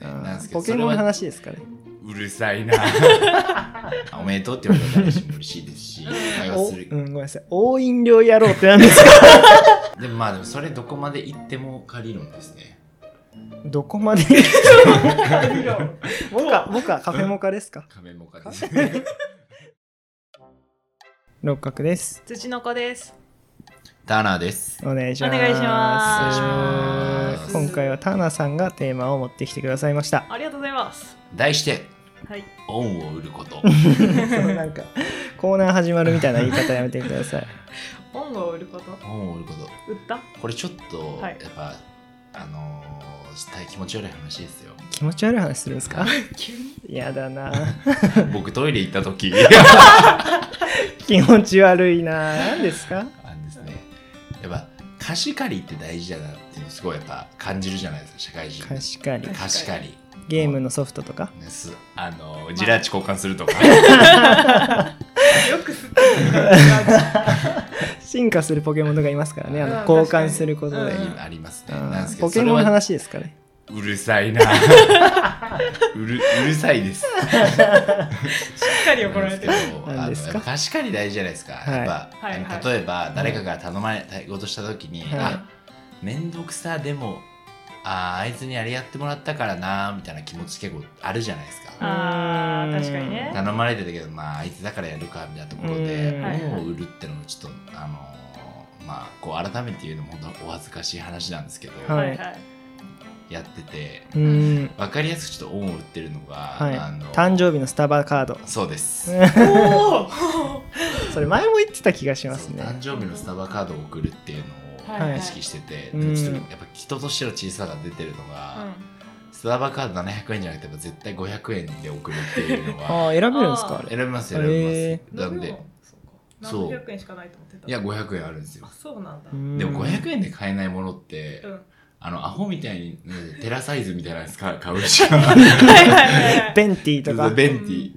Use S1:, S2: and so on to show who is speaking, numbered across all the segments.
S1: ですけど
S2: ポケ
S1: それ
S2: モンの
S1: は
S2: 話ですかね
S1: うるさ いなおめでとうって言われたら誰しも嬉しいですし会話
S2: お
S1: す
S2: うん
S1: る、
S2: ごめんなさい大飲料野郎って何ですか
S1: でもまあでもそれどこまで行っても借りるんですね
S2: どこまで 僕は僕はカフェモカですか
S1: カメモカですね
S2: 六角です
S3: 土の子です。
S1: ターナーです
S2: お願いします
S3: お願いします
S1: お願いします
S2: 今回はターナさんがテーマを持ってきてくださいま した
S3: ありがとうございます。
S1: 題して
S3: はい。
S1: 恩を売る こと
S2: そのなんかコーナー始まるみたいな言い方やめてくだ さい。
S3: 恩を売ること。
S1: 恩を売ること
S3: 売った。
S1: これちょっと
S3: は
S1: やっ
S3: い
S1: ぱ、あのーしたい気持ち悪い話です よ
S2: 気持ち悪い話するんです か
S3: 急に。
S2: やだな。
S1: 僕トイレ行った 時
S2: 気持ち悪いな。何ですか
S1: あのですねやっぱ貸し借りって大事だなっていうのすごいやっぱ感じるじゃないですか社会人
S2: 確かに。
S1: 貸し借り
S2: ゲームのソフトとか。
S1: ねすあのジラーチ交換するとか、
S3: よく吸って る感
S2: 進化するポケモンとかいますからね。あの
S3: うん
S2: 交換することで。
S3: 確かにうん
S1: ありますね。
S2: あー
S1: なんですけど
S2: ポケ
S1: それ
S2: モンの
S1: は
S2: 話ですかね。
S1: うるさ いな。うるうるさいです。
S3: じ。しっかり怒
S1: なん
S3: ら
S1: で
S3: れ
S1: すけ
S3: て
S1: ど
S3: る。
S1: あの
S2: 何ですか
S1: やっぱ貸し借り大事じゃないですか。
S2: はい
S1: やっぱ、
S3: はいはい
S1: あの例えば誰かが頼まれたことした時に、
S2: はい
S1: あめんどくさでもあーあいつにあれやってもらったからなみたいな気持ち結構あるじゃないですか。
S3: あー確かにね
S1: 頼まれてたけどまああいつだからやるかみたいなところ
S2: う
S1: で
S2: ん
S3: はいはい
S1: 恩を売るってのもちょっとあのーまあこう改めて言うのも本当お恥ずかしい話なんですけど、
S2: は
S3: はいいはい。
S1: やってて。
S2: うーん。
S1: わかりやすくちょっと恩を売ってるのが、
S2: はい
S1: あの。
S2: 誕生日のスタバカード。
S1: そうです。
S3: おお。
S2: それ前も言ってた気がします
S1: そう
S2: ね
S1: 誕。生日のスタバカードを送るっていう
S3: は
S1: のを
S2: い
S1: 意識してて、
S2: う
S1: で
S2: ん
S1: ちょっとやっぱ人としての小ささが出てるのが、スタバカード700円じゃなくてやっぱ絶対500円で送るっていうの
S2: あ
S1: は
S2: あ、選べるんですか
S3: あー
S2: あれ。
S1: 選びます
S2: へ
S1: 選びます、
S2: ー
S3: うん。
S1: なんで
S3: そうか。
S1: そう
S3: 何百円しかないと思ってた。
S1: いや500円あるんですよ
S3: あ、そうなんだ。
S2: うー
S3: うん。
S2: ん
S1: でも500円で買えないものって、
S3: はい
S1: あのアホみたい にうんテラサイズみたいなやつ買う買うしか
S3: はいはいはい。
S2: ベンティーとか。
S1: ベンティ、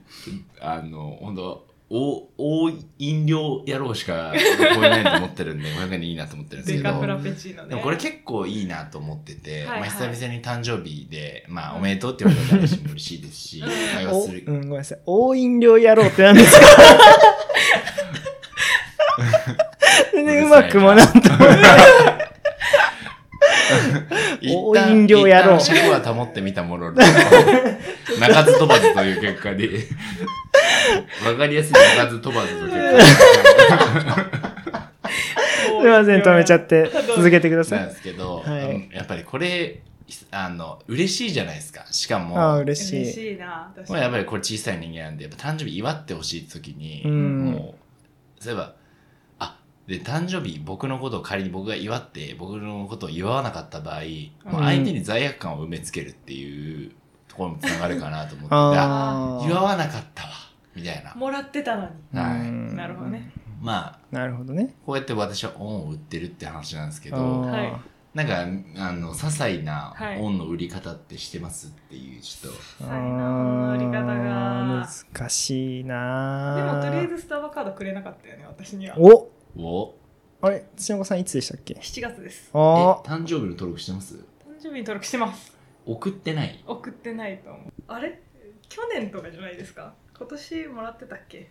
S1: あの本当大大飲料野郎しか超えないと思ってるんで 500円でいいなと思ってるんです
S3: デ
S1: けど
S3: カフラペチーノね。
S1: でもこれ結構いいなと思ってて、
S3: はいはい
S1: まあ、久々に誕生日で、まあ、おめでとうって言われたら私も嬉しいですし
S3: うん
S1: 会話
S2: おう
S1: す
S2: ん、
S1: る、
S2: ごめんなさい。大飲料野郎って何ですか全然うまくもなんともお
S1: 一旦
S2: 飲料野郎
S1: 一旦尺は保ってみた ものの鳴かず飛ばずという結果でわかりやすい鳴かず飛ばずという結
S3: 構
S2: すいません、止めちゃって。続けてくだ
S1: 果
S2: さ
S1: なん
S2: い。
S1: ですけど、
S2: はい
S1: うんやっぱりこれあの嬉しいじゃないですかしかも
S2: ああ、
S1: ま
S2: 嬉
S3: 嬉
S2: しい。
S3: しいな。確
S1: あやっぱ
S3: り。
S1: りこれ小さい人間なんでやっぱ誕生日祝ってほしい時に、
S2: うん。
S1: もうそういえばあで誕生日僕のことを仮に僕が祝って僕のことを祝わなかった場合、もう相手に罪悪感を埋めつけるっていうところもつながるかなと思ってあ
S2: ああ。
S1: 祝わなかったわみたいな
S3: もらってたのに。
S1: は
S2: う
S1: い
S2: ん
S3: なるほどね。
S1: まあ
S2: なるほどね。
S1: こうやって私は恩を売ってるって話なんですけ
S2: あー
S1: ど
S3: はい
S1: なんかあの些細な
S3: はい
S1: 恩の売り方ってしてますっていうちょっと、
S3: 細いな
S2: あー
S3: このやり方が
S2: 難しいな
S3: でもとりあえ
S2: ず
S3: ずスタバカードくれなかったよね、私には。
S2: お
S1: お
S2: あれ土の子さんいつでしたっけ
S3: 7月です。
S2: あ
S1: え
S2: ー
S1: 誕生日の登録してます
S3: 誕生日に登録してます。
S1: 送ってない
S3: 送ってないと思う。あれ去年とかじゃないですか今年もらってたっけ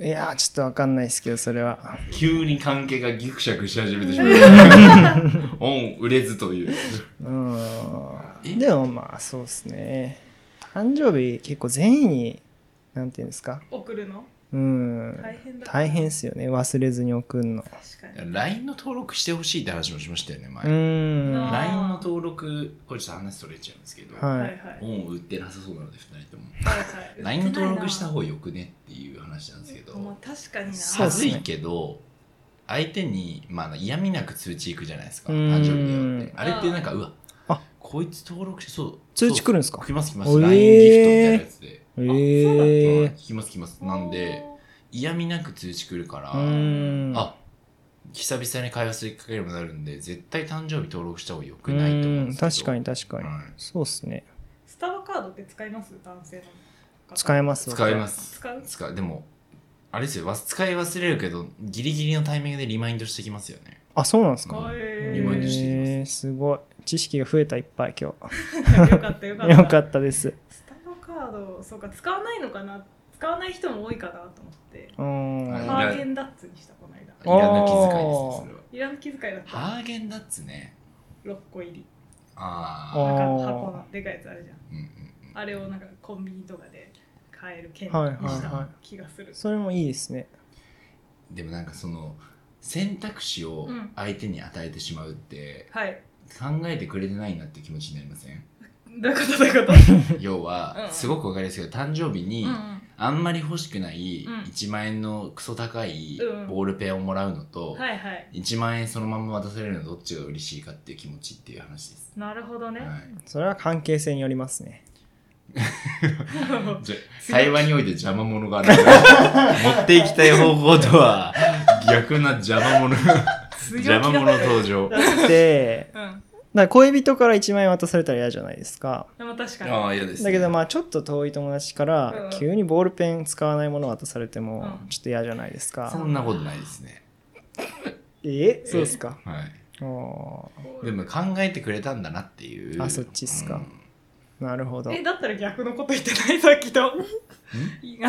S2: いやーちょっとわかんないですけどそれは
S1: 急に関係がギクシャクし始め てしまう恩売れずという
S2: う
S1: え
S2: んでもまあそうですね誕生日結構善意になんていうんですか
S3: 送るの
S2: うん
S3: 大変だ。
S2: 大変っすよね忘れずに送るの
S3: 確かに。
S1: LINE の登録してほしいって話もしましたよね前、
S2: う
S1: LINE
S2: ん
S1: の
S3: あ
S1: 登録これちょっと話それちゃうんですけど、
S2: は
S3: はいいはい。はい
S1: 本を売ってなさそうなので2人とも
S3: はい。
S1: LINE の登録した
S3: が
S1: 方がよくねっていう話なんですけど、
S3: まあ確かにな。
S2: そうっ
S1: 恥
S2: す
S1: ず
S2: ね
S1: いけど相手に、まあ、嫌味なく通知いくじゃないですか
S2: うん
S1: 誕生日だよってあれってなんかうわ
S2: あ
S1: こいつ登録してそう
S2: 通知来
S1: る
S2: るんですか
S1: 来ます来ます、
S2: えー
S1: LINE ギフトみたいなやつで、
S2: え
S1: あそうだ
S2: え
S1: った来ます来ますなんで嫌味なく通知来るから、
S2: うん
S1: あ久々に会話するきっかけにもなるんで絶対誕生日登録した方がよく
S2: う
S1: ないと思うんで
S2: ん
S1: すけど
S2: 確かに確かに
S1: はい
S2: そうっすね
S3: スタバカードって使います男性の方。
S2: 使えます
S1: 使いますす
S3: 使う
S1: 使うでもあれですよわ使い忘れるけどギリギリのタイミングでリマインドしてきますよね
S2: あ、そうなんです
S1: う
S2: か。
S1: ん
S3: え
S1: 入門
S3: ー、
S1: しています
S2: えー、すごい。知識が増えたいっぱい今日。
S3: よかったよかっ た
S2: よかったです。
S3: スタンドカードそうか使わないのかな使わない人も多いかなと思って
S2: うーん。
S1: はい
S3: ハーゲンダッツにしたこの間
S1: いらな気遣いですねそれはい
S3: らん気遣いだった
S1: ハーゲンダッツね
S3: 6個入り
S1: あ
S3: なん
S1: あ
S3: か
S2: あー
S3: 箱のでかいやつあるじゃん
S1: うんうんうん
S3: あれをなんかコンビニとかで買える券に
S2: はいはい
S3: した
S2: は
S3: 気がする
S2: い。それもいいですね。
S1: でもなんかその選択肢を
S3: うん
S1: 相手に与えてしまうって、
S3: はい
S1: 考えてくれてないなって気持ちになりませ ん
S3: どういうことどういうこと
S1: 要
S3: う
S1: は
S3: ん
S1: すごくわかりやすいけど誕生日に
S3: うん
S1: あんまり欲しくない
S3: うん
S1: 1万円のクソ高い
S3: うん
S1: ボールペンをもらうのと、
S3: はいはい
S1: 1万円そのまま渡されるのどっちが嬉しいかっていう気持ちっていう話です、
S3: なるほどね
S1: は
S2: それは関係性によります ね。
S1: い、じゃ対話において邪魔者がない 持っていきたい方向とは逆な邪魔者邪
S3: 強
S1: 魔
S3: 気だ
S1: 者登場
S2: で、
S3: うん
S2: だから恋人から1万円渡されたら嫌じゃないですか。
S3: でも確かに
S1: ああ嫌です、
S2: だけどまあちょっと遠い友達から
S3: うん
S2: 急にボールペン使わないものを渡されても
S3: うん
S2: ちょっと嫌じゃないですか。
S1: そんなことないですね
S2: えそうですか。
S1: はい
S2: お
S1: でも考えてくれたんだなっていう
S2: あそっちっすかーなるほど。
S3: えだったら逆のこと言ってないさっきとあ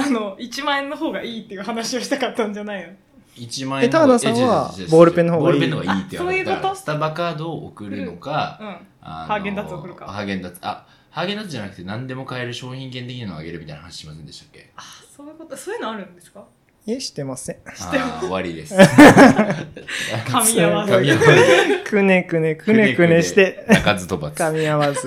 S3: の1万円の方がいいっていう話をしたかったんじゃないの
S1: 1万円
S2: え田原さんは
S1: え違う違う違う違う
S2: ボールペンの方がいい
S1: ボールペンの方がいいって
S3: あそういうこと
S1: だからスタバカードを送るのか、
S3: うん
S1: あの
S3: ハーゲンダッツを送るか
S1: ハーゲンダッツあハーゲンダッツじゃなくて何でも買える商品券的なのをあげるみたいな話しませんでしたっけ
S3: あそういうことそういうのあるんですか
S2: えしてません。
S1: あ
S3: してま
S1: ー終わりです
S3: 噛み合わ
S1: 噛み合
S3: ず
S1: わず
S2: くねくねくねくねして
S1: 鳴かず飛ばず
S2: 噛み合わず。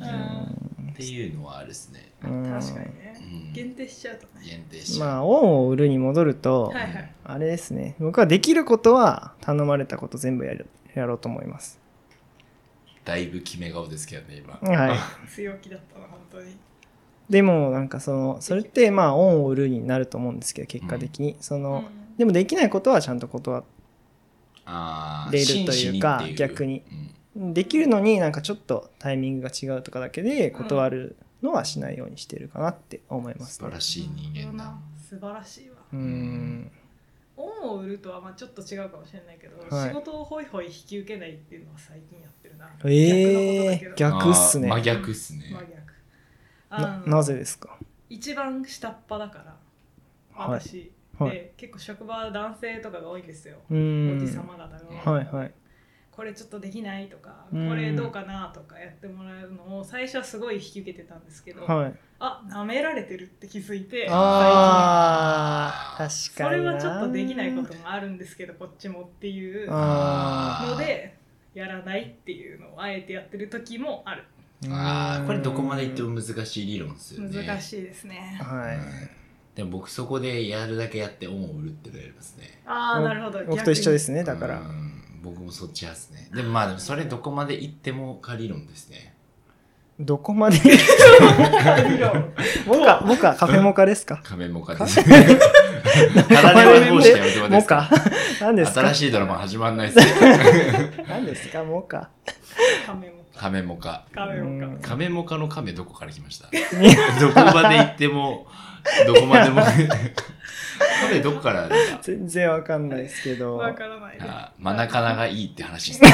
S3: うん
S1: っていうのはあるですね、
S2: うん
S3: 確
S1: う
S3: かにね
S1: ん、
S3: 限定しちゃうとね
S1: 限定しちゃう、
S2: まあ恩を売るに戻ると、
S3: はいはい
S2: あれですね僕はできることは頼まれたこと全部やるやろうと思います
S1: だいぶ決め顔ですけどね今
S2: はい
S3: 強気だったな本当に
S2: でもなんかそのそれってまあ恩を売るになると思うんですけど結果的に、その、
S3: うん
S2: でもできないことはちゃんと断っ
S1: あー
S2: 出るというか
S1: 真摯にっていう
S2: 逆に
S1: うん
S2: できるのになんかちょっとタイミングが違うとかだけで断るのはしないようにしてるかなって思いま
S1: 素
S2: す
S1: 晴
S2: ね
S1: らしい人間だ
S3: 素晴らしいわ
S2: うーん
S3: 恩を売るとはまあちょっと違うかもしれないけど、
S2: はい
S3: 仕事をホイホイ引き受けないっていうのは最近やってるな
S2: ええ
S3: 逆のことだけど
S2: ー、逆っす
S1: あー真
S2: ね
S1: 逆っすね、
S3: 真逆あ
S2: な
S3: の
S2: なぜですか
S3: 一番下っ端だから
S2: はい
S3: 私、
S2: はい
S3: で結構職場男性とかが多いんですよ、
S2: うーん
S3: おじさま方が多い、
S2: はいはい
S3: これちょっとできないとか、
S2: うん
S3: これどうかなとかやってもらうのを最初はすごい引き受けてたんですけど、
S2: はい
S3: あ舐められてるって気づいて
S2: ああ
S1: 最
S2: 確
S3: そ
S2: か
S3: れ
S2: にな
S3: はちょっとできないこともあるんですけどこっちもっていうの
S2: あ
S1: ー
S3: でやらないっていうのをあえてやってる時もある
S1: あーこれどこまでいって
S2: も
S1: も難しい理論ですよね
S3: 難しいですね
S2: はい、
S1: うんでも僕そこでやるだけやって恩を売るってのやりますね
S3: ああなるほど
S2: 僕と一緒ですすねだから
S1: うん僕もそっち派ですねでもまあでもそれどこまで行ってもか理論ですね
S2: どこ までモ
S3: カ
S2: カモカカフェモカですか
S1: 仮面もかですね ただれを通してやめてもらっていいで
S2: モ
S1: すか
S2: カ 何ですか
S1: 新しいドラマ始まんないですね
S2: 何ですかモ カ
S3: カメも
S1: 仮面もか
S3: カメも
S2: うん
S1: 仮面もかの亀どこから来ました どこまで行ってもどこまでも 亀どこからですか
S2: 全然わかんないですけど
S3: わからないです
S1: あーマナカナがいいって話で すね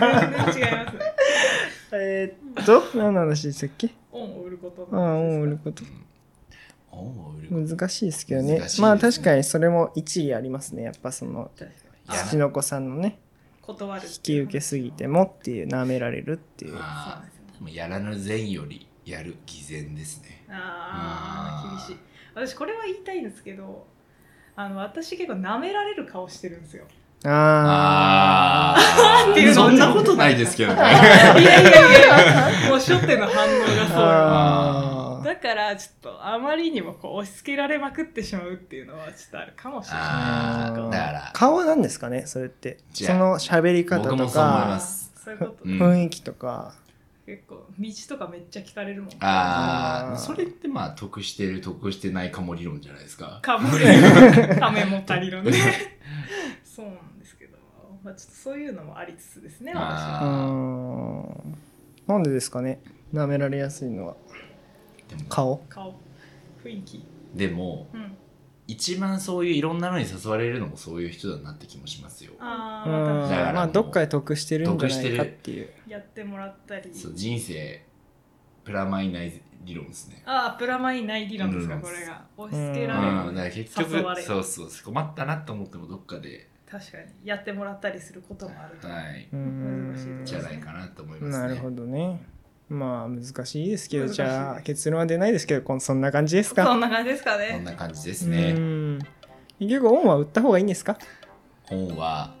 S3: 全然違いますね
S2: えーっと何の話でしたっけ
S3: 恩を売ること
S2: ああうん売ること
S1: 恩を売る
S2: 難しいですけどね
S1: 難しいですね
S2: まあ確かにそれも一理ありますねやっぱその
S3: 確か
S1: いや
S2: 土の子さんのね
S3: に断る
S2: 引き受けすぎてもっていう舐められるっていう
S1: ま
S3: そうですよね
S1: あ、でもやらぬ善よりやる偽善ですね。
S3: ああ
S1: あー
S3: 厳しい私これは言いたいんですけどあの私結構舐められる顔してるんですよ
S2: あ
S1: あ
S3: っていう
S1: そ
S3: の
S1: んなことないですけど
S3: い
S1: ね。
S3: やいやいやいやもう初手の反応
S2: ー
S3: が
S2: あ
S3: そう
S2: ー
S3: だからちょっとあまりにもこう押し付けられまくってしまうっていうのはちょっとあるかもしれない
S1: あ
S2: う
S1: ー
S2: ん
S1: だから
S2: 顔は何ですかねそれって
S1: じ
S2: そ
S1: ゃ
S2: の喋り方
S1: 僕も
S2: と
S1: そう思い
S2: か
S1: ます
S3: そういうこと、
S1: うん
S2: 雰囲気とか、
S3: 結構道とかめっちゃ聞かれるもん
S1: あ
S2: あー
S1: あ、それってまあ得してる得してないかも理論じゃないですか。
S3: かもねカメも借りるねそうなんですけど、まあ、ちょっとそういうのもありつつですね私は
S2: う
S1: あ
S2: ーんなんでですかね舐められやすいのは
S1: ーでも
S2: 顔
S3: 顔雰囲気
S1: でも
S3: うん
S1: 一番そういういろんなのに誘われるのもそういう人だなって気もしますよ。
S3: あ
S2: う
S3: あ
S2: ん
S3: ま
S1: だからもう
S2: まあどっかで得してるんじゃないかっていう
S3: たやってもらったり
S1: そう人生プラマイない理論ですね。
S3: ああプラマイない理論ですか、
S1: うん
S3: これが押し付け
S1: う
S3: られる、
S1: ん、だから結局
S3: 誘われる
S1: そうそう困ったなと思ってもどっかで、
S3: 確かにやってもらったりすることもあると、
S1: はい、
S2: うん
S3: 難し
S1: じゃないかなと思いますね。
S2: なるほどねまあ難しいですけど
S3: 難しい
S2: じゃあ結論は出ないですけどこんそんな感じです
S3: そ
S2: か
S3: んな感じですかね
S1: こんな感じですすね
S2: う。ん結局オンは売った方がいいんですか
S1: 本は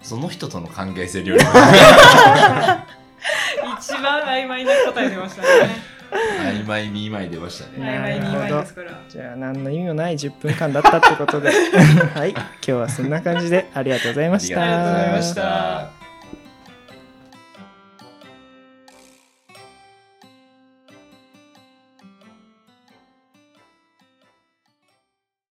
S1: その人との関係性よりも
S3: 一番曖昧な答え出ましたね
S1: 曖昧に今に出ました
S3: 曖
S1: ね。
S3: 昧に曖昧ですから
S2: じゃあ何の意味もない10分間 だったってことではい今日はそんな感じでありがとうございました
S1: ありがとうございま
S3: ありがとうございま
S1: し
S3: したた。